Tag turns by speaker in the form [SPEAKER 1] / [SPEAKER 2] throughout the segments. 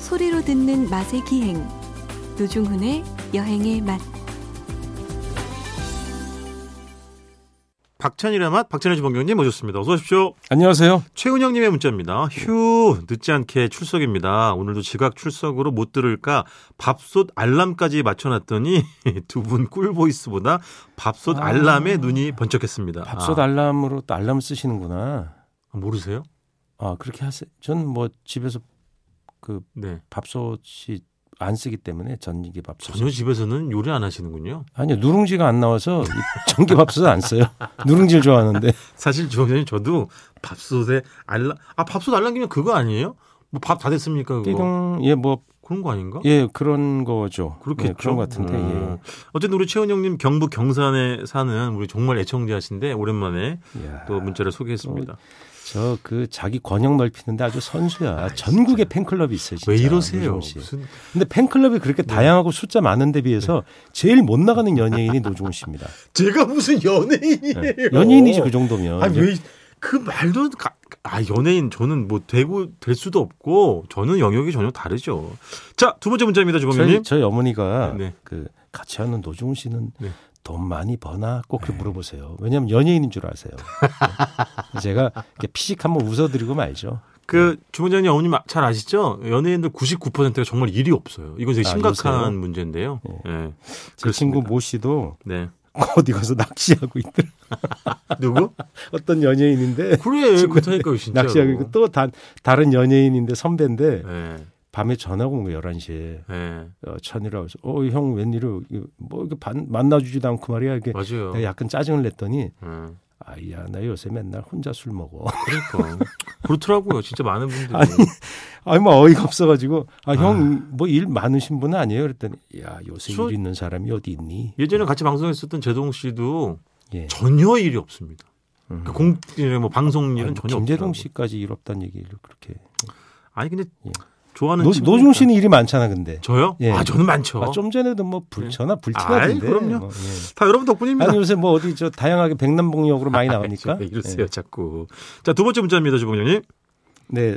[SPEAKER 1] 소리로 듣는 맛의 기행 노중훈의 여행의 맛
[SPEAKER 2] 박찬일의 맛, 박찬일 주방장님 모셨습니다. 어서 오십시오.
[SPEAKER 3] 안녕하세요.
[SPEAKER 2] 최은영님의 문자입니다. 휴, 늦지 않게 출석입니다. 오늘도 지각 출석으로 못 들을까 밥솥 알람까지 맞춰놨더니 두 분 꿀보이스보다 밥솥
[SPEAKER 3] 아.
[SPEAKER 2] 알람에 눈이 번쩍했습니다.
[SPEAKER 3] 밥솥
[SPEAKER 2] 아,
[SPEAKER 3] 알람으로 또 알람 쓰시는구나.
[SPEAKER 2] 모르세요?
[SPEAKER 3] 아 그렇게 하세요. 전 뭐 집에서 그
[SPEAKER 2] 네.
[SPEAKER 3] 밥솥이 안 쓰기 때문에 전기 밥솥.
[SPEAKER 2] 전혀 집에서는 요리 안 하시는군요.
[SPEAKER 3] 아니요 누룽지가 안 나와서 이 전기 밥솥 안 써요. 누룽지를 좋아하는데.
[SPEAKER 2] 사실 주방장님 저도 밥솥에 알람, 아, 밥솥 알람 그냥 그거 아니에요? 뭐 밥 다 됐습니까? 그거?
[SPEAKER 3] 띠동 예뭐
[SPEAKER 2] 그런 거 아닌가?
[SPEAKER 3] 예 그런 거죠.
[SPEAKER 2] 그렇겠죠.
[SPEAKER 3] 예, 그런 것 같은데.
[SPEAKER 2] 음. 어쨌든 우리 최은영님 경북 경산에 사는 우리 정말 애청자신데 오랜만에
[SPEAKER 3] 예. 이야.
[SPEAKER 2] 또 문자를
[SPEAKER 3] 어,
[SPEAKER 2] 소개했습니다.
[SPEAKER 3] 저 그 자기 권역 넓히는데 아주 선수야. 전국에 팬클럽이 있어요. 진짜.
[SPEAKER 2] 왜 이러세요? 네.
[SPEAKER 3] 노종 씨.
[SPEAKER 2] 무슨
[SPEAKER 3] 근데 팬클럽이 그렇게 다양하고 숫자 많은데 비해서
[SPEAKER 2] 네.
[SPEAKER 3] 제일 못 나가는 연예인이 노종훈 씨입니다.
[SPEAKER 2] 제가 무슨 연예인이에요?
[SPEAKER 3] 연예인이지 그 정도면.
[SPEAKER 2] 아니
[SPEAKER 3] 이제
[SPEAKER 2] 왜그 말도 가- 아 연예인 저는 뭐 되고 될 수도 없고 저는 영역이 전혀 다르죠. 자 두 번째 문자입니다,
[SPEAKER 3] 저희,
[SPEAKER 2] 주방님.
[SPEAKER 3] 저희 어머니가
[SPEAKER 2] 네.
[SPEAKER 3] 그 같이 하는 노종훈 씨는
[SPEAKER 2] 네.
[SPEAKER 3] 돈 많이 버나 꼭 그렇게 물어보세요. 왜냐하면 연예인인 줄 아세요. 네. 제가 이렇게 피식 한번 웃어드리고 말죠.
[SPEAKER 2] 그 주방장님 어머님 잘 아시죠? 연예인들 99%가 정말 일이 없어요. 이건 되게
[SPEAKER 3] 아,
[SPEAKER 2] 심각한
[SPEAKER 3] 요새요? 네.
[SPEAKER 2] 문제인데요. 예.
[SPEAKER 3] 제 친구
[SPEAKER 2] 그렇습니다.
[SPEAKER 3] 모 씨도
[SPEAKER 2] 네.
[SPEAKER 3] 어디 가서 낚시하고 있더라.
[SPEAKER 2] 누구?
[SPEAKER 3] 어떤 연예인인데
[SPEAKER 2] 그래 그렇다니까요 진짜.
[SPEAKER 3] 낚시하고 있고 또 다, 다른 연예인인데 선배인데
[SPEAKER 2] 예.
[SPEAKER 3] 밤에 전화가 온 거예요. 11시에.
[SPEAKER 2] 예.
[SPEAKER 3] 어, 천이라고 해서 어 형 웬일이야 이거 뭐 이거 반- 만나주지도 않고 말이야 이게
[SPEAKER 2] 맞아요.
[SPEAKER 3] 내가 약간 짜증을 냈더니
[SPEAKER 2] 예.
[SPEAKER 3] 아야 나 요새 맨날 혼자 술 먹어
[SPEAKER 2] 그러니까 그렇더라고요. 진짜 많은 분들이.
[SPEAKER 3] 아니 뭐 어이가 없어가지고 아 형 뭐 일 많으신 분은 아니에요 그랬더니 야 요새
[SPEAKER 2] 저-
[SPEAKER 3] 일 있는 사람이 어디 있니
[SPEAKER 2] 예전에 같이 방송했었던 제동 씨도
[SPEAKER 3] 예
[SPEAKER 2] 전혀 일이 없습니다.
[SPEAKER 3] 음.
[SPEAKER 2] 그 공, 예, 뭐 방송 일은
[SPEAKER 3] 아니,
[SPEAKER 2] 전혀
[SPEAKER 3] 김재동
[SPEAKER 2] 없더라고요.
[SPEAKER 3] 씨까지 일 없다는 얘기를 그렇게
[SPEAKER 2] 아니 근데
[SPEAKER 3] 예.
[SPEAKER 2] 좋아하는
[SPEAKER 3] 노,
[SPEAKER 2] 친구니까.
[SPEAKER 3] 노중 씨는 일이 많잖아 근데
[SPEAKER 2] 저요?
[SPEAKER 3] 예.
[SPEAKER 2] 아 저는 많죠.
[SPEAKER 3] 아, 좀 전에도 뭐 불처나
[SPEAKER 2] 아이,
[SPEAKER 3] 불티나던데
[SPEAKER 2] 그럼요.
[SPEAKER 3] 뭐, 예.
[SPEAKER 2] 다 여러분 덕분입니다.
[SPEAKER 3] 아니 요새 뭐 어디 저 다양하게 백남봉역으로 많이 나옵니까
[SPEAKER 2] 아,
[SPEAKER 3] 예.
[SPEAKER 2] 왜 이러세요 자꾸. 자두 번째 문자입니다, 주봉장님.
[SPEAKER 3] 네,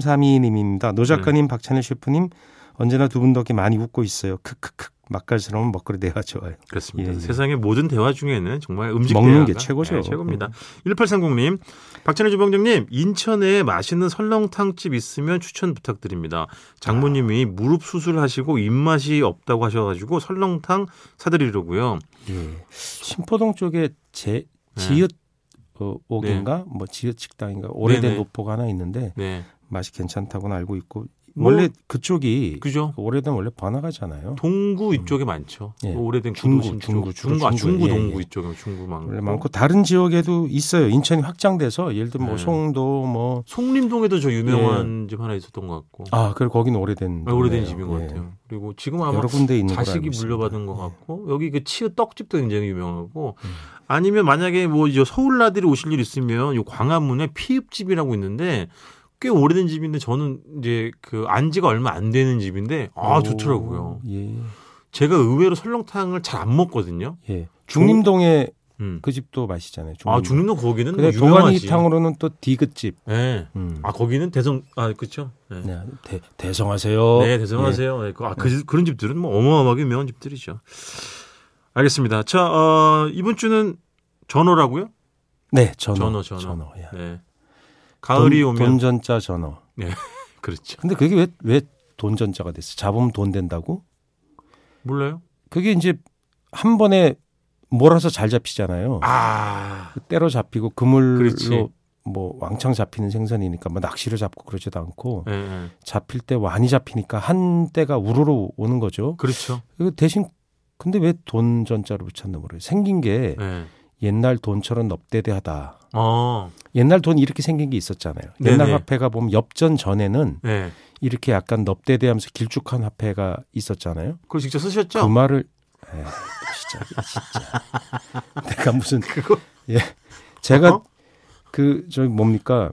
[SPEAKER 3] 5332님입니다. 노 작가님,
[SPEAKER 2] 네.
[SPEAKER 3] 박찬일 셰프님 언제나 두 분 덕에 많이 웃고 있어요. 크크크. 맛깔스러운 먹거리 대화 좋아요.
[SPEAKER 2] 그렇습니다.
[SPEAKER 3] 예, 예.
[SPEAKER 2] 세상의 모든 대화 중에는 정말 음식
[SPEAKER 3] 먹는
[SPEAKER 2] 대화가
[SPEAKER 3] 게 최고죠.
[SPEAKER 2] 예, 최고입니다. 1830님, 박찬일 주방장님, 인천에 맛있는 설렁탕집 있으면 추천 부탁드립니다. 장모님이
[SPEAKER 3] 아.
[SPEAKER 2] 무릎 수술하시고 입맛이 없다고 하셔가지고 설렁탕 사드리려고요.
[SPEAKER 3] 예. 신포동 쪽에 제
[SPEAKER 2] 네.
[SPEAKER 3] 지읒 어, 옥인가 뭐 지읒 식당인가
[SPEAKER 2] 네,
[SPEAKER 3] 오래된
[SPEAKER 2] 네.
[SPEAKER 3] 노포가 하나 있는데
[SPEAKER 2] 네,
[SPEAKER 3] 맛이 괜찮다고는 알고 있고
[SPEAKER 2] 뭐,
[SPEAKER 3] 원래 그쪽이
[SPEAKER 2] 그죠?
[SPEAKER 3] 오래된 원래 번화가잖아요.
[SPEAKER 2] 동구 이쪽에 많죠. 뭐
[SPEAKER 3] 예.
[SPEAKER 2] 오래된
[SPEAKER 3] 중구,
[SPEAKER 2] 구도심 쪽.
[SPEAKER 3] 중구, 주로
[SPEAKER 2] 중구, 아,
[SPEAKER 3] 중구에,
[SPEAKER 2] 중구
[SPEAKER 3] 예,
[SPEAKER 2] 동구
[SPEAKER 3] 예.
[SPEAKER 2] 이쪽에 중구 많고.
[SPEAKER 3] 원래 많고 다른 지역에도 있어요. 인천이 확장돼서 예를 들면 뭐
[SPEAKER 2] 네.
[SPEAKER 3] 송도 뭐
[SPEAKER 2] 송림동에도 저 유명한 집 하나 있었던 것 같고.
[SPEAKER 3] 예. 아, 그리고 거기는 오래된
[SPEAKER 2] 오래된
[SPEAKER 3] 동네예요.
[SPEAKER 2] 집인 것
[SPEAKER 3] 예.
[SPEAKER 2] 같아요. 그리고 지금 아마
[SPEAKER 3] 여러 군데 있는 걸로
[SPEAKER 2] 자식이
[SPEAKER 3] 알고 있습니다.
[SPEAKER 2] 물려받은 것
[SPEAKER 3] 예.
[SPEAKER 2] 같고 여기 그 치읓 떡집도 굉장히 유명하고
[SPEAKER 3] 음.
[SPEAKER 2] 아니면 만약에 뭐이 서울 나들이 오실 일 있으면 요 광화문에 피읍집이라고 있는데 꽤 오래된 집인데 저는 이제 그 안지가 얼마 안 되는 집인데 아
[SPEAKER 3] 오,
[SPEAKER 2] 좋더라고요.
[SPEAKER 3] 예.
[SPEAKER 2] 제가 의외로 설렁탕을 잘 안 먹거든요.
[SPEAKER 3] 예. 중림동에
[SPEAKER 2] 음.
[SPEAKER 3] 그 집도 맛있잖아요.
[SPEAKER 2] 아
[SPEAKER 3] 중림동.
[SPEAKER 2] 중림동 거기는 뭐
[SPEAKER 3] 근데
[SPEAKER 2] 유명하지.
[SPEAKER 3] 동안이탕으로는 또 디귿집.
[SPEAKER 2] 예.
[SPEAKER 3] 음.
[SPEAKER 2] 아 거기는 대성 아 그렇죠. 네.
[SPEAKER 3] 네, 대, 대성하세요. 예.
[SPEAKER 2] 네, 대성하세요. 네, 그- 아, 그, 그런 집들은 뭐 어마어마하게 유명한 집들이죠. 알겠습니다. 자, 어, 이번 주는 전어라고요?
[SPEAKER 3] 예. 네, 전어.
[SPEAKER 2] 전어, 전어.
[SPEAKER 3] 예.
[SPEAKER 2] 네. 가을이
[SPEAKER 3] 돈,
[SPEAKER 2] 오면
[SPEAKER 3] 돈전자 전어.
[SPEAKER 2] 그렇죠.
[SPEAKER 3] 근데 그게 왜, 왜 돈전자가 됐어? 잡으면 돈 된다고?
[SPEAKER 2] 몰라요?
[SPEAKER 3] 그게 이제 한 번에 몰아서 잘 잡히잖아요.
[SPEAKER 2] 아,
[SPEAKER 3] 그 때로 잡히고 그물로
[SPEAKER 2] 그렇지.
[SPEAKER 3] 뭐 왕창 잡히는 생선이니까 뭐 낚시로 잡고 그러지도 않고
[SPEAKER 2] 예, 예.
[SPEAKER 3] 잡힐 때 많이 잡히니까 한 때가 우르르 오는 거죠.
[SPEAKER 2] 그렇죠.
[SPEAKER 3] 그 대신 근데 왜 돈 전자를 붙였나 모르겠어요. 생긴 게
[SPEAKER 2] 예.
[SPEAKER 3] 옛날 돈처럼 넙대대하다.
[SPEAKER 2] 어,
[SPEAKER 3] 옛날 돈 이렇게 생긴 게 있었잖아요.
[SPEAKER 2] 네네.
[SPEAKER 3] 옛날 화폐가 보면 엽전 전에는
[SPEAKER 2] 네.
[SPEAKER 3] 이렇게 약간 넙대대하면서 길쭉한 화폐가 있었잖아요.
[SPEAKER 2] 그걸 직접
[SPEAKER 3] 그
[SPEAKER 2] 쓰셨죠?
[SPEAKER 3] 말을 에이, 진짜 진짜 내가 무슨
[SPEAKER 2] 그거
[SPEAKER 3] 예 제가
[SPEAKER 2] 어?
[SPEAKER 3] 그 저기 뭡니까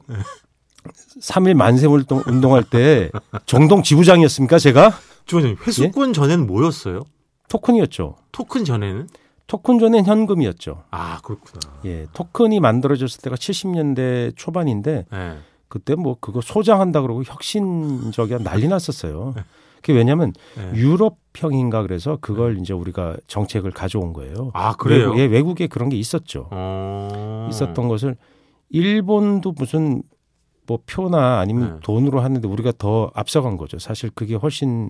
[SPEAKER 3] 3일 만세 운동 운동할 때 정동 지부장이었습니까 제가
[SPEAKER 2] 주원님 회수권
[SPEAKER 3] 예?
[SPEAKER 2] 전에는 뭐였어요?
[SPEAKER 3] 토큰이었죠.
[SPEAKER 2] 토큰 전에는?
[SPEAKER 3] 토큰 전엔 현금이었죠.
[SPEAKER 2] 아, 그렇구나.
[SPEAKER 3] 예, 토큰이 만들어졌을 때가 70년대 초반인데
[SPEAKER 2] 예.
[SPEAKER 3] 그때 뭐 그거 소장한다 그러고 혁신적이야 난리 났었어요. 그게 왜냐하면
[SPEAKER 2] 네.
[SPEAKER 3] 유럽형인가 그래서 그걸 이제 우리가 정책을 가져온 거예요.
[SPEAKER 2] 아 그래요.
[SPEAKER 3] 외국에, 외국에 그런 게 있었죠.
[SPEAKER 2] 어.
[SPEAKER 3] 있었던 것을 일본도 무슨 뭐 표나 아니면
[SPEAKER 2] 네.
[SPEAKER 3] 돈으로 하는데 우리가 더 앞서간 거죠. 사실 그게 훨씬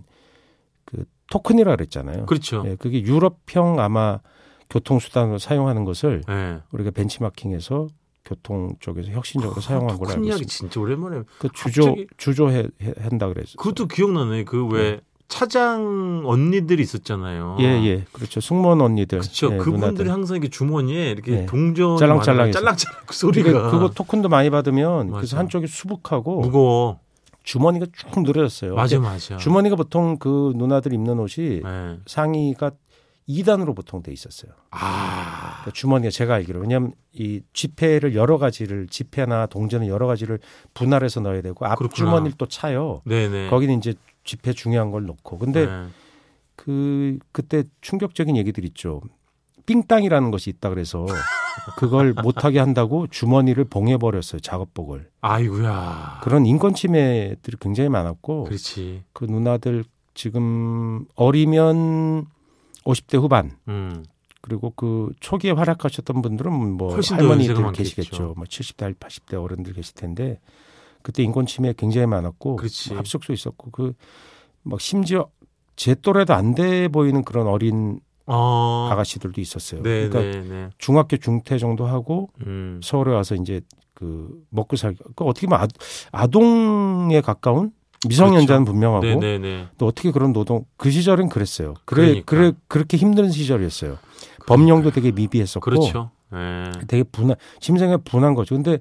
[SPEAKER 3] 그 토큰이라 그랬잖아요.
[SPEAKER 2] 그렇죠.
[SPEAKER 3] 예, 그게 유럽형 아마 교통수단으로 사용하는 것을
[SPEAKER 2] 예.
[SPEAKER 3] 우리가 벤치마킹해서 교통 쪽에서 혁신적으로 사용한 걸로
[SPEAKER 2] 아, 큰
[SPEAKER 3] 알고
[SPEAKER 2] 이야기
[SPEAKER 3] 있습니다.
[SPEAKER 2] 진짜 오랜만에.
[SPEAKER 3] 그 주조
[SPEAKER 2] 갑자기-
[SPEAKER 3] 주조해 해- 한다 그래서
[SPEAKER 2] 그것도 기억나네. 그 왜 차장 언니들이 있었잖아요.
[SPEAKER 3] 예예 그렇죠 승무원 언니들
[SPEAKER 2] 그렇죠.
[SPEAKER 3] 예,
[SPEAKER 2] 그분들이
[SPEAKER 3] 누나들.
[SPEAKER 2] 항상 이렇게 주머니에 이렇게
[SPEAKER 3] 네.
[SPEAKER 2] 동전
[SPEAKER 3] 짤랑짤랑해서.
[SPEAKER 2] 짤랑짤랑 그
[SPEAKER 3] 그러니까
[SPEAKER 2] 소리가
[SPEAKER 3] 그거 토큰도 많이 받으면
[SPEAKER 2] 맞아.
[SPEAKER 3] 그래서 한쪽이 수북하고
[SPEAKER 2] 무거워.
[SPEAKER 3] 주머니가 쭉 늘어졌어요.
[SPEAKER 2] 맞아
[SPEAKER 3] 근데
[SPEAKER 2] 맞아.
[SPEAKER 3] 주머니가 보통 그 누나들 입는 옷이
[SPEAKER 2] 예.
[SPEAKER 3] 상의가 2단으로 보통 돼 있었어요.
[SPEAKER 2] 아.
[SPEAKER 3] 그러니까 주머니가 제가 알기로 왜냐하면 이 지폐를 여러 가지를 지폐나 동전을 여러 가지를 분할해서 넣어야 되고 앞
[SPEAKER 2] 그렇구나.
[SPEAKER 3] 주머니를 또 차요.
[SPEAKER 2] 네네.
[SPEAKER 3] 거기는 이제 지폐 중요한 걸 넣고 근데
[SPEAKER 2] 예.
[SPEAKER 3] 그 그때 충격적인 얘기들 있죠. 삥땅이라는 것이 있다 그래서 그걸 못하게 한다고 주머니를 봉해 버렸어요 작업복을.
[SPEAKER 2] 아이고야.
[SPEAKER 3] 그런 인권 침해들이 굉장히 많았고
[SPEAKER 2] 그렇지.
[SPEAKER 3] 그 누나들 지금 어리면 50대 후반
[SPEAKER 2] 음.
[SPEAKER 3] 그리고 그 초기에 활약하셨던 분들은 뭐
[SPEAKER 2] 훨씬 더 연세가
[SPEAKER 3] 할머니들
[SPEAKER 2] 많겠죠.
[SPEAKER 3] 계시겠죠. 뭐 70대, 80대 어른들 계실 텐데 그때 인권 침해 굉장히 많았고
[SPEAKER 2] 그렇지.
[SPEAKER 3] 뭐 합숙소 있었고 그 막 심지어 제 또래도 안 돼 보이는 그런 어린
[SPEAKER 2] 어.
[SPEAKER 3] 아가씨들도 있었어요.
[SPEAKER 2] 네,
[SPEAKER 3] 그러니까
[SPEAKER 2] 네, 네.
[SPEAKER 3] 중학교 중퇴 정도 하고
[SPEAKER 2] 음.
[SPEAKER 3] 서울에 와서 이제 그 먹고 살기 그 어떻게 보면 아, 동에 가까운 미성년자는 분명하고
[SPEAKER 2] 네, 네, 네.
[SPEAKER 3] 또 어떻게 그런 노동 그 시절은 그랬어요. 그래
[SPEAKER 2] 그러니까.
[SPEAKER 3] 그래 그렇게 힘든 시절이었어요. 법령도 되게 미비했었고 네.
[SPEAKER 2] 그렇죠. 예.
[SPEAKER 3] 되게 분한 심생에 분한 거죠. 근데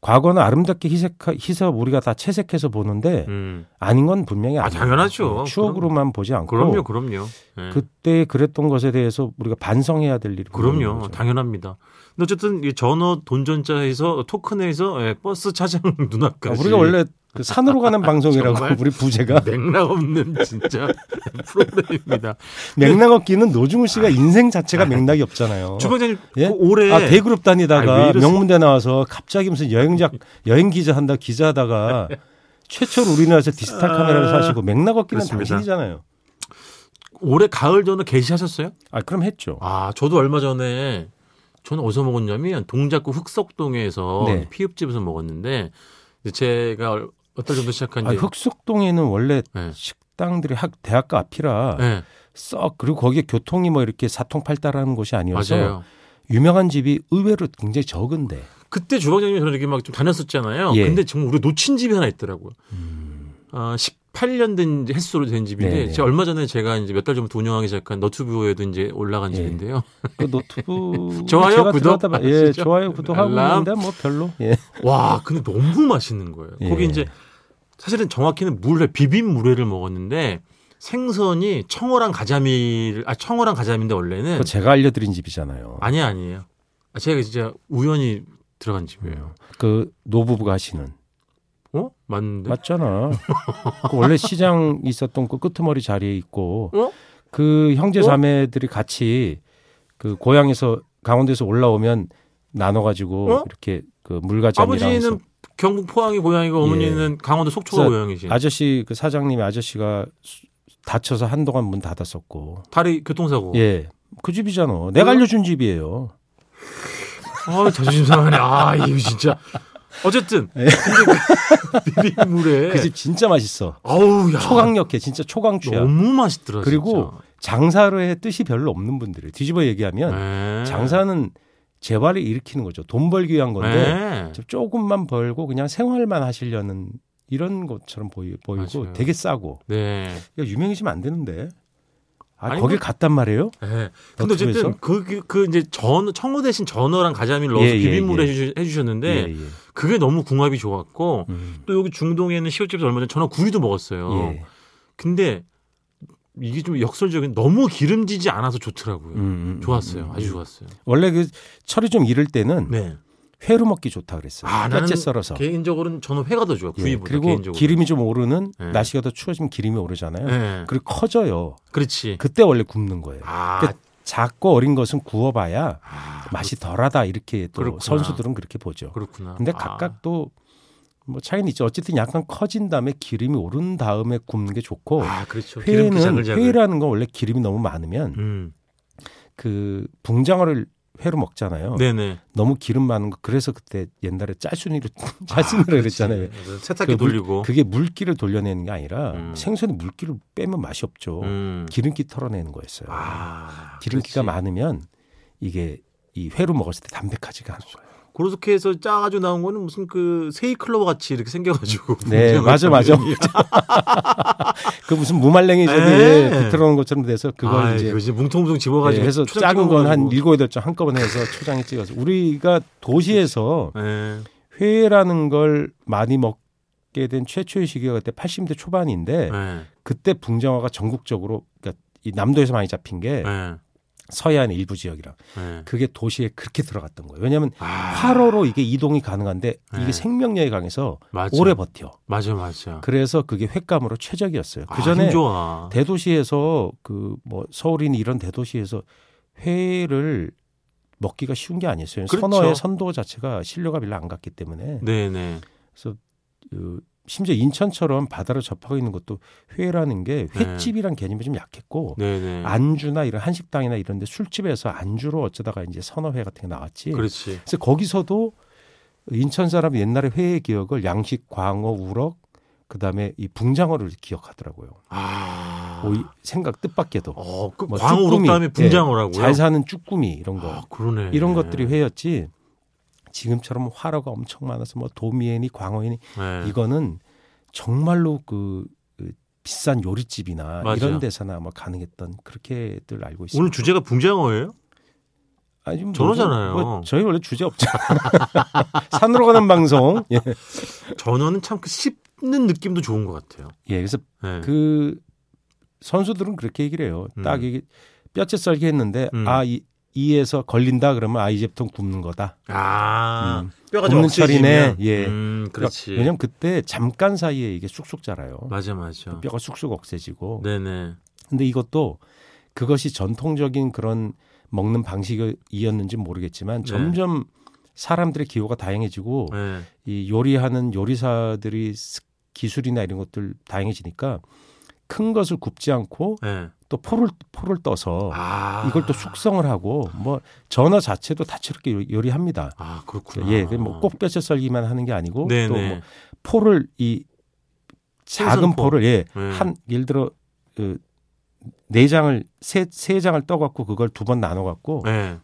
[SPEAKER 3] 과거는 아름답게 희색 희석 우리가 다 채색해서 보는데
[SPEAKER 2] 음.
[SPEAKER 3] 아닌 건 분명히
[SPEAKER 2] 아,
[SPEAKER 3] 아니에요.
[SPEAKER 2] 당연하죠.
[SPEAKER 3] 추억으로만 보지 않고
[SPEAKER 2] 그럼요, 그럼요. 예.
[SPEAKER 3] 그때 그랬던 것에 대해서 우리가 반성해야 될 일이 분명히
[SPEAKER 2] 그럼요.
[SPEAKER 3] 있는 거죠.
[SPEAKER 2] 당연합니다. 근데 어쨌든 이 전어 돈전자에서 토큰에서 예, 버스 차장
[SPEAKER 3] 아,
[SPEAKER 2] 누나까지
[SPEAKER 3] 우리가 원래 그 산으로 가는
[SPEAKER 2] 그러니까 정말?
[SPEAKER 3] 방송이라고 우리 부제가
[SPEAKER 2] 맥락 없는 진짜 프로그램입니다.
[SPEAKER 3] 맥락 없기는 노중훈 씨가 인생 자체가 맥락이 없잖아요.
[SPEAKER 2] 네. 주방장님
[SPEAKER 3] 예?
[SPEAKER 2] 그 올해
[SPEAKER 3] 아 대그룹
[SPEAKER 2] 아니, 왜
[SPEAKER 3] 다니다가
[SPEAKER 2] 이러세요?
[SPEAKER 3] 명문대 나와서 갑자기 무슨 여행작 여행 기자 한다 기자 하다가 최초로 우리나라에서 디지털
[SPEAKER 2] 아,
[SPEAKER 3] 카메라를 사시고 맥락 없기는
[SPEAKER 2] 그렇습니다.
[SPEAKER 3] 당신이잖아요.
[SPEAKER 2] 올해 가을 전어 게시하셨어요?
[SPEAKER 3] 아 그럼 했죠.
[SPEAKER 2] 아, 저도 얼마 전에 저는 어디서 먹었냐면 동작구 흑석동에서
[SPEAKER 3] 네.
[SPEAKER 2] 피읍집에서 먹었는데 이제 제가 얼- 어떨 정도 시작한
[SPEAKER 3] 아,
[SPEAKER 2] 지
[SPEAKER 3] 흑석동에는 원래
[SPEAKER 2] 네.
[SPEAKER 3] 식당들이 학 대학가 앞이라
[SPEAKER 2] 예,
[SPEAKER 3] 썩 그리고 거기에 교통이 뭐 이렇게 사통팔달하는 곳이 아니어서
[SPEAKER 2] 맞아요.
[SPEAKER 3] 유명한 집이 의외로 굉장히 적은데
[SPEAKER 2] 그때 주방장님이 저는 이렇게 막 좀 다녔었잖아요.
[SPEAKER 3] 예. 음.
[SPEAKER 2] 근데 정말 우리 놓친 집이 하나 있더라고요. 아, 18년 된 이제 횟수로 된 집인데
[SPEAKER 3] 네네.
[SPEAKER 2] 제가 얼마 전에 제가 이제 몇 달 전부터 운영하기 시작한 너튜브에도 이제 올라간
[SPEAKER 3] 예.
[SPEAKER 2] 집인데요.
[SPEAKER 3] 그 노트북
[SPEAKER 2] 좋아요,
[SPEAKER 3] 제가
[SPEAKER 2] 구독
[SPEAKER 3] 들어갔다 봐- 예
[SPEAKER 2] 아시죠?
[SPEAKER 3] 좋아요 구독하고
[SPEAKER 2] 알람.
[SPEAKER 3] 있는데 뭐 별로 예.
[SPEAKER 2] 와, 근데 너무 맛있는 거예요. 거기
[SPEAKER 3] 예.
[SPEAKER 2] 이제 사실은 정확히는 물회 비빔 물회를 먹었는데 생선이 청어랑 가자미를 아 청어랑 가자미인데 원래는
[SPEAKER 3] 그거 제가 알려드린 집이잖아요.
[SPEAKER 2] 아니 아니에요. 아, 제가 진짜 우연히 들어간 집이에요.
[SPEAKER 3] 그 노부부가 하시는
[SPEAKER 2] 어?
[SPEAKER 3] 네?
[SPEAKER 2] 맞는데.
[SPEAKER 3] 맞잖아. 그 원래 시장 있었던 그 끄트머리 자리에 있고
[SPEAKER 2] 어?
[SPEAKER 3] 그 형제
[SPEAKER 2] 어?
[SPEAKER 3] 자매들이 같이 그 고향에서 강원도에서 올라오면 나눠가지고
[SPEAKER 2] 어?
[SPEAKER 3] 이렇게 그 물가장이랑 해서
[SPEAKER 2] 아버지는 경북 포항이 고향이고 어머니는 강원도 속초가
[SPEAKER 3] 그래서
[SPEAKER 2] 고향이신.
[SPEAKER 3] 아저씨 그 사장님이 아저씨가 수- 다쳐서 한동안 문 닫았었고
[SPEAKER 2] 다리 교통사고.
[SPEAKER 3] 예. 그 집이잖아. 내가 알려준 집이에요.
[SPEAKER 2] 아, 자존심 상하네. 아, 이거 진짜. 어쨌든 근데 그 비빔물에
[SPEAKER 3] 예. 그 집 진짜 맛있어.
[SPEAKER 2] 아우 야
[SPEAKER 3] 초강력해. 진짜 초강추야.
[SPEAKER 2] 너무 맛있더라.
[SPEAKER 3] 그리고 장사로의 뜻이 별로 없는 분들이 뒤집어
[SPEAKER 2] 진짜.
[SPEAKER 3] 얘기하면
[SPEAKER 2] 네.
[SPEAKER 3] 예. 장사는 재발을 일으키는 거죠. 돈 벌기 위한 건데
[SPEAKER 2] 네.
[SPEAKER 3] 좀 조금만 벌고 그냥 생활만 하시려는 이런 것처럼 보이, 보이고
[SPEAKER 2] 맞아요.
[SPEAKER 3] 되게 싸고
[SPEAKER 2] 네.
[SPEAKER 3] 야, 유명해지면 안 되는데 아,
[SPEAKER 2] 아니,
[SPEAKER 3] 거길
[SPEAKER 2] 뭐-
[SPEAKER 3] 갔단 말이에요?
[SPEAKER 2] 네. 근데
[SPEAKER 3] 너튜브에서?
[SPEAKER 2] 어쨌든 그, 그, 그 이제 전 청어 대신 전어랑 가자미를 넣어서
[SPEAKER 3] 예, 예,
[SPEAKER 2] 비빔물
[SPEAKER 3] 예.
[SPEAKER 2] 해주, 해주셨는데
[SPEAKER 3] 예, 예.
[SPEAKER 2] 그게 너무 궁합이 좋았고
[SPEAKER 3] 음.
[SPEAKER 2] 또 여기 중동에 있는 시옷집에서 얼마 전에 전어 구이도 먹었어요.
[SPEAKER 3] 예.
[SPEAKER 2] 근데 이게 좀 역설적인 너무 기름지지 않아서 좋더라고요.
[SPEAKER 3] 음, 음, 음,
[SPEAKER 2] 좋았어요.
[SPEAKER 3] 음.
[SPEAKER 2] 아주 좋았어요.
[SPEAKER 3] 원래 그 철이 좀 이를 때는
[SPEAKER 2] 네.
[SPEAKER 3] 회로 먹기 좋다 그랬어요.
[SPEAKER 2] 아,
[SPEAKER 3] 뼈째
[SPEAKER 2] 나는
[SPEAKER 3] 썰어서.
[SPEAKER 2] 개인적으로는 저는 회가 더 좋아.
[SPEAKER 3] 예,
[SPEAKER 2] 구이보다
[SPEAKER 3] 그리고
[SPEAKER 2] 개인적으로.
[SPEAKER 3] 기름이 좀 오르는
[SPEAKER 2] 예.
[SPEAKER 3] 날씨가 더 추워지면 기름이 오르잖아요.
[SPEAKER 2] 예.
[SPEAKER 3] 그리고 커져요.
[SPEAKER 2] 그렇지.
[SPEAKER 3] 그때 원래 굽는 거예요.
[SPEAKER 2] 아,
[SPEAKER 3] 그- 작고 어린 것은 구워봐야
[SPEAKER 2] 아,
[SPEAKER 3] 맛이 덜하다 이렇게 또
[SPEAKER 2] 그렇구나.
[SPEAKER 3] 선수들은 그렇게 보죠.
[SPEAKER 2] 그렇구나.
[SPEAKER 3] 근데
[SPEAKER 2] 아,
[SPEAKER 3] 각각 또 뭐 차이는 있죠. 어쨌든 약간 커진 다음에 기름이 오른 다음에 굽는 게 좋고
[SPEAKER 2] 아, 그렇죠. 기름기
[SPEAKER 3] 회는
[SPEAKER 2] 자글자글.
[SPEAKER 3] 회라는 건 원래 기름이 너무 많으면
[SPEAKER 2] 음.
[SPEAKER 3] 그 붕장어를 회로 먹잖아요.
[SPEAKER 2] 네네.
[SPEAKER 3] 너무 기름 많은 거 그래서 그때 옛날에 짤순이로 짤순이라 그랬잖아요.
[SPEAKER 2] 아, 그래서 세탁기
[SPEAKER 3] 그 물-
[SPEAKER 2] 돌리고.
[SPEAKER 3] 그게 물기를 돌려내는 게 아니라
[SPEAKER 2] 어? 음.
[SPEAKER 3] 생선이 물기를 빼면 맛이 없죠.
[SPEAKER 2] 음.
[SPEAKER 3] 뭐 기름기 털어내는 거였어요.
[SPEAKER 2] 아,
[SPEAKER 3] 기름기가
[SPEAKER 2] 그렇지.
[SPEAKER 3] 많으면 이게 이 회로 먹었을 때 담백하지가 않은 거예요.
[SPEAKER 2] 그렇게 해서 짜가지고 나온 거는 무슨 그 세이클럽 같이 이렇게 생겨가지고.
[SPEAKER 3] 네,
[SPEAKER 2] 굉장히
[SPEAKER 3] 맞아, 맞아.
[SPEAKER 2] 굉장히-
[SPEAKER 3] 그 무슨 무말랭이
[SPEAKER 2] 에.
[SPEAKER 3] 저기 비틀어놓은 것처럼 돼서 그걸
[SPEAKER 2] 그렇죠. 네. 아이,
[SPEAKER 3] 이제
[SPEAKER 2] 그거 뭉텅뭉텅 집어가지고.
[SPEAKER 3] 예, 해서
[SPEAKER 2] 초장
[SPEAKER 3] 작은 건 한
[SPEAKER 2] 찍어가지고.
[SPEAKER 3] 일곱 여덟 점 한꺼번에 해서 초장에 찍어서 우리가 도시에서
[SPEAKER 2] 예.
[SPEAKER 3] 회라는 걸 많이 먹게 된 최초의 시기가 그때 80대 초반인데
[SPEAKER 2] 예. 그때
[SPEAKER 3] 그때 붕장어가 전국적으로 그러니까 이 남도에서 많이 잡힌 게
[SPEAKER 2] 예.
[SPEAKER 3] 서해안 일부 지역이랑
[SPEAKER 2] 예.
[SPEAKER 3] 그게 도시에 그렇게 들어갔던 거예요. 왜냐하면
[SPEAKER 2] 아,
[SPEAKER 3] 화로로 이게 이동이 가능한데
[SPEAKER 2] 네. 그렇죠.
[SPEAKER 3] 이게 생명력이 강해서
[SPEAKER 2] 맞아.
[SPEAKER 3] 오래 버텨.
[SPEAKER 2] 맞아, 맞아.
[SPEAKER 3] 그래서 그게 횟감으로 최적이었어요.
[SPEAKER 2] 아,
[SPEAKER 3] 그 전에
[SPEAKER 2] 힘 좋아.
[SPEAKER 3] 대도시에서 그 뭐 서울이니 이런 대도시에서 회를 먹기가 쉬운 게 아니었어요.
[SPEAKER 2] 그렇죠.
[SPEAKER 3] 선어의 선도 자체가 신뢰가 별로 안 갔기 때문에
[SPEAKER 2] 네네.
[SPEAKER 3] 그래서 그 심지어 인천처럼 바다를 접하고 있는 것도 회라는 게
[SPEAKER 2] 네.
[SPEAKER 3] 횟집이란 개념이 좀 약했고
[SPEAKER 2] 네네.
[SPEAKER 3] 안주나 이런 한식당이나 이런 데 술집에서 안주로 어쩌다가 이제 선어회 같은 게 나왔지.
[SPEAKER 2] 그렇지.
[SPEAKER 3] 그래서 거기서도 인천 사람이 옛날에 회의 기억을 양식, 광어, 우럭, 그다음에 이 붕장어를 기억하더라고요.
[SPEAKER 2] 아.
[SPEAKER 3] 오이 생각 뜻밖에도
[SPEAKER 2] 어, 그
[SPEAKER 3] 뭐
[SPEAKER 2] 광우로
[SPEAKER 3] 쭈꾸미, 예,
[SPEAKER 2] 다음에 분장어라고요.
[SPEAKER 3] 잘 사는 쭈꾸미 이런 거
[SPEAKER 2] 아, 그러네.
[SPEAKER 3] 이런 것들이 회였지. 지금처럼 화로가 엄청 많아서 뭐 도미애니 광어애니
[SPEAKER 2] 네.
[SPEAKER 3] 이거는 정말로 그, 그 비싼 요리집이나
[SPEAKER 2] 맞아요.
[SPEAKER 3] 이런 데서나 아마 가능했던 그렇게들 알고 있습니다.
[SPEAKER 2] 오늘 주제가 붕장어예요?
[SPEAKER 3] 아니, 좀
[SPEAKER 2] 저러잖아요.
[SPEAKER 3] 뭐 저희 원래 주제 없잖아요. 산으로 가는 방송. 예.
[SPEAKER 2] 전어는 참 그 씹는 느낌도 좋은 것 같아요.
[SPEAKER 3] 예, 그래서
[SPEAKER 2] 네.
[SPEAKER 3] 그 선수들은 그렇게 얘기를 해요.
[SPEAKER 2] 음.
[SPEAKER 3] 딱 이게 뼈째 썰기 했는데
[SPEAKER 2] 음.
[SPEAKER 3] 아 이, 이에서 걸린다 그러면 아 이제부터 굽는 거다.
[SPEAKER 2] 아,
[SPEAKER 3] 음.
[SPEAKER 2] 뼈가 좀
[SPEAKER 3] 굽는
[SPEAKER 2] 억세지면.
[SPEAKER 3] 철이네. 예.
[SPEAKER 2] 음, 그렇지.
[SPEAKER 3] 왜냐면 그때 잠깐 사이에 이게 쑥쑥 자라요.
[SPEAKER 2] 맞아, 맞아.
[SPEAKER 3] 그 뼈가 쑥쑥 억세지고.
[SPEAKER 2] 네네.
[SPEAKER 3] 근데 이것도 그것이 전통적인 그런 먹는 방식이었는지 모르겠지만
[SPEAKER 2] 네.
[SPEAKER 3] 점점 사람들의 기호가 다양해지고
[SPEAKER 2] 네.
[SPEAKER 3] 이 요리하는 요리사들이 스- 기술이나 이런 것들 다양해지니까 큰 것을 굽지 않고
[SPEAKER 2] 네.
[SPEAKER 3] 또 포를 포를 떠서
[SPEAKER 2] 아.
[SPEAKER 3] 뭐 이걸 또 숙성을 하고 뭐 전어 자체도 다채롭게 요- 요리합니다.
[SPEAKER 2] 아, 그렇구나.
[SPEAKER 3] 예, 뭐 꽃뼈채 썰기만 하는 게 아니고 또
[SPEAKER 2] 네네.
[SPEAKER 3] 뭐 포를 이 작은
[SPEAKER 2] 생선포.
[SPEAKER 3] 포를 예,
[SPEAKER 2] 네.
[SPEAKER 3] 한 예를 들어 그, 네 장을 세, 세 장을 떠갖고 그걸 두 번 나눠갖고
[SPEAKER 2] 네.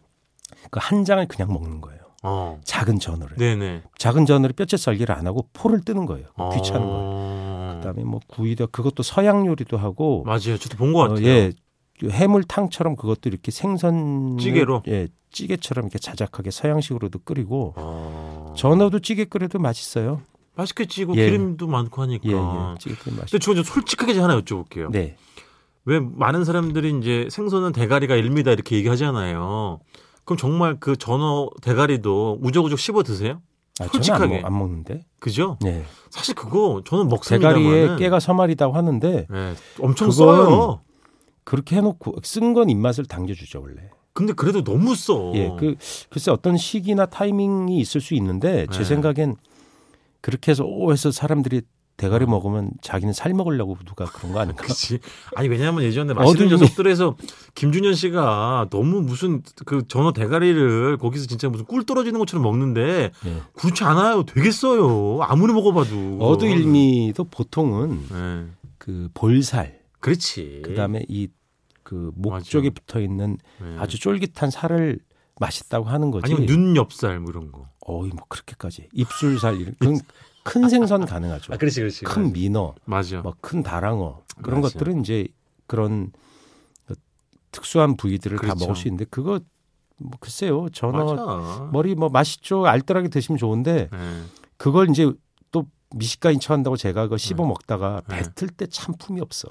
[SPEAKER 3] 그 한 장을 그냥 먹는 거예요.
[SPEAKER 2] 어.
[SPEAKER 3] 작은 전어를
[SPEAKER 2] 네네.
[SPEAKER 3] 작은 전어를 뼈째 썰기를 안 하고 포를 뜨는 거예요.
[SPEAKER 2] 어.
[SPEAKER 3] 귀찮은 거예요. 그다음에 뭐 구이도 그것도 서양 요리도 하고
[SPEAKER 2] 맞아요. 저도 본 것
[SPEAKER 3] 어,
[SPEAKER 2] 같아요.
[SPEAKER 3] 예. 그 해물탕처럼 그것도 이렇게 생선
[SPEAKER 2] 찌개로?
[SPEAKER 3] 예 찌개처럼 이렇게 자작하게 서양식으로도 끓이고
[SPEAKER 2] 어.
[SPEAKER 3] 전어도 찌개 끓여도 맛있어요.
[SPEAKER 2] 맛있겠지. 이거
[SPEAKER 3] 예.
[SPEAKER 2] 기름도 많고 하니까.
[SPEAKER 3] 예, 예 찌개 끓여 맛있.
[SPEAKER 2] 아, 근데 저 이제 솔직하게 제가 하나 여쭤볼게요.
[SPEAKER 3] 네,
[SPEAKER 2] 왜 많은 사람들이 이제 생선은 대가리가 1미다 이렇게 얘기하잖아요. 그럼 정말 그 전어 대가리도 우적우적 씹어 드세요?
[SPEAKER 3] 아, 저는 안,
[SPEAKER 2] 솔직하게.
[SPEAKER 3] 먹, 안 먹는데.
[SPEAKER 2] 그죠?
[SPEAKER 3] 네,
[SPEAKER 2] 사실 그거 저는 먹습니다만
[SPEAKER 3] 대가리에 깨가 서말이다고 하는데
[SPEAKER 2] 엄청
[SPEAKER 3] 그건-
[SPEAKER 2] 써요.
[SPEAKER 3] 그렇게 해놓고 쓴 건 입맛을 당겨주죠 원래.
[SPEAKER 2] 근데 그래도 너무 써.
[SPEAKER 3] 예, 그 글쎄 어떤 시기나 타이밍이 있을 수
[SPEAKER 2] 네.
[SPEAKER 3] 있는데 제 생각엔 그렇게 해서 오 해서 사람들이 대가리 먹으면 자기는 살 먹으려고 누가 그런 거 아닌가?
[SPEAKER 2] 그치. 아니 왜냐하면 예전에 맛있는
[SPEAKER 3] 어둠이-
[SPEAKER 2] 녀석들에서 김준현 씨가 너무 무슨 그 전어 대가리를 거기서 진짜 무슨 꿀 떨어지는 것처럼 먹는데
[SPEAKER 3] 예.
[SPEAKER 2] 그렇지 않아요. 되게 써요. 아무리 먹어봐도.
[SPEAKER 3] 어두일미도 보통은
[SPEAKER 2] 예.
[SPEAKER 3] 그 볼살,
[SPEAKER 2] 그렇지.
[SPEAKER 3] 그 다음에 이 그
[SPEAKER 2] 예. 맞아요.
[SPEAKER 3] 목쪽에 붙어 있는
[SPEAKER 2] 예.
[SPEAKER 3] 아주 쫄깃한 살을 맛있다고 하는 거지.
[SPEAKER 2] 아니면 눈 엽살 뭐 이런 거.
[SPEAKER 3] 어이 뭐 그렇게까지 입술살 이런 그런 큰 생선 가능하죠.
[SPEAKER 2] 아, 그렇지, 그렇지.
[SPEAKER 3] 큰 민어,
[SPEAKER 2] 맞아.
[SPEAKER 3] 뭐 큰 다랑어 그런
[SPEAKER 2] 맞아요.
[SPEAKER 3] 것들은 이제 그런 그 특수한 부위들을
[SPEAKER 2] 그렇죠.
[SPEAKER 3] 다 먹을 수 있는데 그거 뭐 글쎄요. 전어
[SPEAKER 2] 맞아.
[SPEAKER 3] 머리 뭐 맛있죠. 알뜰하게 드시면 좋은데
[SPEAKER 2] 예.
[SPEAKER 3] 그걸 이제 또 미식가인 척한다고 제가 그거 씹어
[SPEAKER 2] 네.
[SPEAKER 3] 먹다가
[SPEAKER 2] 네.
[SPEAKER 3] 뱉을 때 참 품이 없어.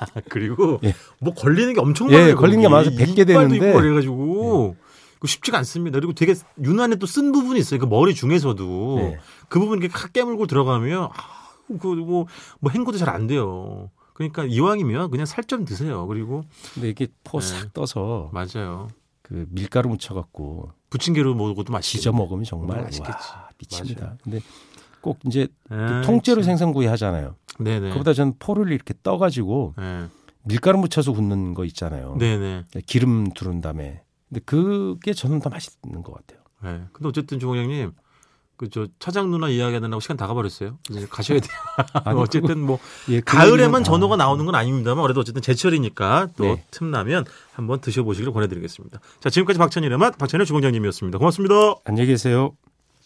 [SPEAKER 2] 아, 그리고
[SPEAKER 3] 예.
[SPEAKER 2] 뭐 걸리는 게 엄청
[SPEAKER 3] 예,
[SPEAKER 2] 많아요.
[SPEAKER 3] 걸리는 게
[SPEAKER 2] 거기.
[SPEAKER 3] 많아서 100개
[SPEAKER 2] 이빨도
[SPEAKER 3] 되는데.
[SPEAKER 2] 있고 그래가지고 그거 쉽지가 않습니다. 그리고 되게 유난히 또 쓴 부분이 있어요. 그 머리 중에서도
[SPEAKER 3] 네.
[SPEAKER 2] 그 부분 이렇게 확 깨물고 들어가면 아, 그뭐뭐 행구도 잘 안 돼요. 그러니까 이왕이면 그냥 살 좀 드세요. 그리고
[SPEAKER 3] 근데 이게 포 싹
[SPEAKER 2] 네.
[SPEAKER 3] 떠서
[SPEAKER 2] 맞아요.
[SPEAKER 3] 그 밀가루 묻혀갖고
[SPEAKER 2] 부침개로 먹어도 맛있죠.
[SPEAKER 3] 지져 먹으면 정말
[SPEAKER 2] 음, 맛있겠지.
[SPEAKER 3] 와, 미칩니다. 근데 꼭 이제 그
[SPEAKER 2] 에이,
[SPEAKER 3] 통째로
[SPEAKER 2] 참.
[SPEAKER 3] 생선구이 하잖아요.
[SPEAKER 2] 네, 네네.
[SPEAKER 3] 그보다 전 포를 이렇게 떠가지고
[SPEAKER 2] 네.
[SPEAKER 3] 밀가루 묻혀서 굽는 거 있잖아요.
[SPEAKER 2] 네네.
[SPEAKER 3] 기름 두른 다음에. 근데 그게 저는 더 맛있는 것 같아요.
[SPEAKER 2] 네. 근데 어쨌든 주공장님 그 저 차장 누나 이야기하느라고 시간 다 가버렸어요. 이제 가셔야 돼요.
[SPEAKER 3] 아니,
[SPEAKER 2] 어쨌든 뭐
[SPEAKER 3] 그거- 예, 그
[SPEAKER 2] 가을에만
[SPEAKER 3] 얘기는-
[SPEAKER 2] 전어가
[SPEAKER 3] 아,
[SPEAKER 2] 나오는 건 아닙니다만 그래도 어쨌든 제철이니까 또
[SPEAKER 3] 네.
[SPEAKER 2] 틈나면 한번 드셔보시길 권해드리겠습니다. 자 지금까지 박찬일의 맛 박찬일 주공장님이었습니다. 고맙습니다.
[SPEAKER 3] 안녕히 계세요.